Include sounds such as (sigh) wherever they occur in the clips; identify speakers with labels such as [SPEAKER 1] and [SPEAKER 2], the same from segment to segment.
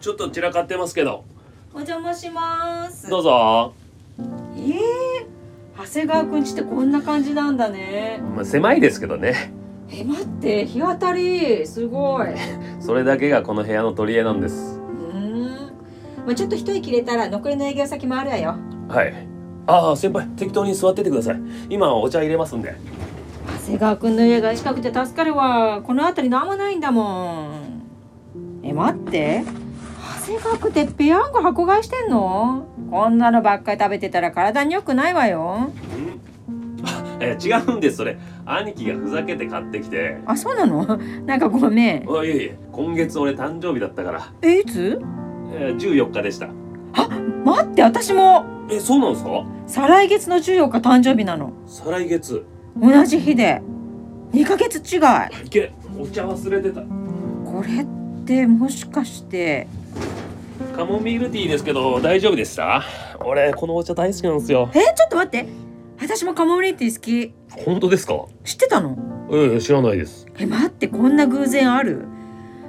[SPEAKER 1] ちょっと散らかってますけど
[SPEAKER 2] お邪魔します。
[SPEAKER 1] どうぞ
[SPEAKER 2] えー、長谷川くんちってこんな感じなんだね。
[SPEAKER 1] まあ狭いですけどね
[SPEAKER 2] え、待って、日当たり、す (laughs) ごい。う
[SPEAKER 1] それだけがこの部屋の取り柄なんです
[SPEAKER 2] ーん。まあ、ちょっと一息入れたら、残りの営業先回るわよ。
[SPEAKER 1] はいああ先輩適当に座っててください今お茶入れますんで
[SPEAKER 2] 長谷川くんの家が近くて助かるわ。この辺りなんもないんだもん。え、待って。長谷川くんってペヤング箱買いしてんのこんなのばっかり食べてたら体に良くないわよ。
[SPEAKER 1] え違うんですそれ兄貴がふざけて買ってきて
[SPEAKER 2] あ、そうなの (laughs) なんかごめん。
[SPEAKER 1] あいえいえ今月俺誕生日だったから、
[SPEAKER 2] え、いつ
[SPEAKER 1] えー、14日でした
[SPEAKER 2] 待って、私も。
[SPEAKER 1] えそうなんですか
[SPEAKER 2] 再来月の14日誕生日なの
[SPEAKER 1] 再来月
[SPEAKER 2] 同じ日で2ヶ月違い
[SPEAKER 1] いけお茶忘れてた
[SPEAKER 2] これってもしかして
[SPEAKER 1] カモミールティーですけど大丈夫でした俺このお茶大好きなんですよ
[SPEAKER 2] えーちょっと待って私もカモミールティー好き
[SPEAKER 1] 本当ですか
[SPEAKER 2] 知ってたの
[SPEAKER 1] ええ知らないです
[SPEAKER 2] え待ってこんな偶然ある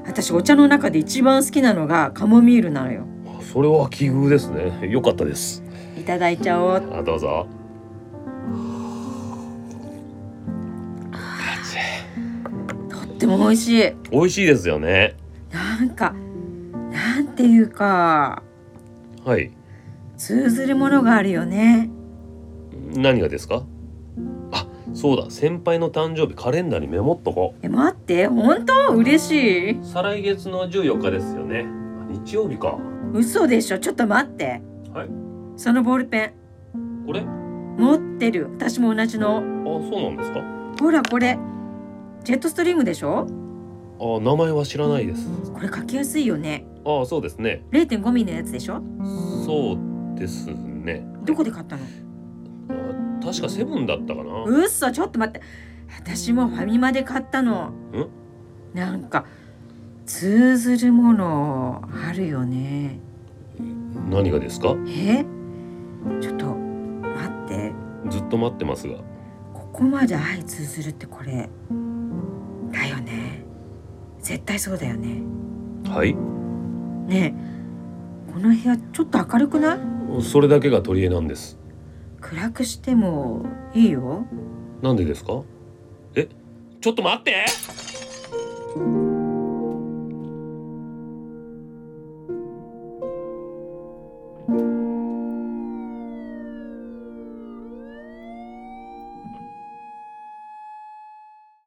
[SPEAKER 2] 私お茶の中で一番好きなのがカモミールなのよ
[SPEAKER 1] それは奇遇ですね良かったです
[SPEAKER 2] いただいちゃおう
[SPEAKER 1] あどうぞ
[SPEAKER 2] とっても美味しい
[SPEAKER 1] 美味しいですよね
[SPEAKER 2] なんかなんていうか
[SPEAKER 1] はい
[SPEAKER 2] 通ずるものがあるよね
[SPEAKER 1] 何がですかあそうだ先輩の誕生日カレンダーにメモっとこ
[SPEAKER 2] え待って本当嬉しいう
[SPEAKER 1] 再来月の14日ですよねあ日曜日か
[SPEAKER 2] 嘘でしょちょっと待って
[SPEAKER 1] はい
[SPEAKER 2] そのボールペ
[SPEAKER 1] これあ
[SPEAKER 2] ン持ってる私も同じの
[SPEAKER 1] そうなんですか
[SPEAKER 2] ほらこれジェットストリームでしょ
[SPEAKER 1] あ名前は知らないです
[SPEAKER 2] これ書きやすいよね
[SPEAKER 1] あそうですね
[SPEAKER 2] 0.5ミリのやつでしょ
[SPEAKER 1] そうですね
[SPEAKER 2] どこで買ったの
[SPEAKER 1] あ確かセブンだったかな
[SPEAKER 2] うっそちょっと待って私もファミマで買ったのなんか通ずるものあるよね
[SPEAKER 1] 何がですか
[SPEAKER 2] えちょっと待って
[SPEAKER 1] ずっと待ってますが
[SPEAKER 2] ここまで愛通ずるってこれだよね絶対そうだよね
[SPEAKER 1] はい
[SPEAKER 2] ねえこの部屋ちょっと明るくない
[SPEAKER 1] それだけが取り柄なんです
[SPEAKER 2] 暗くしてもいいよ
[SPEAKER 1] なんでですかえちょっと待って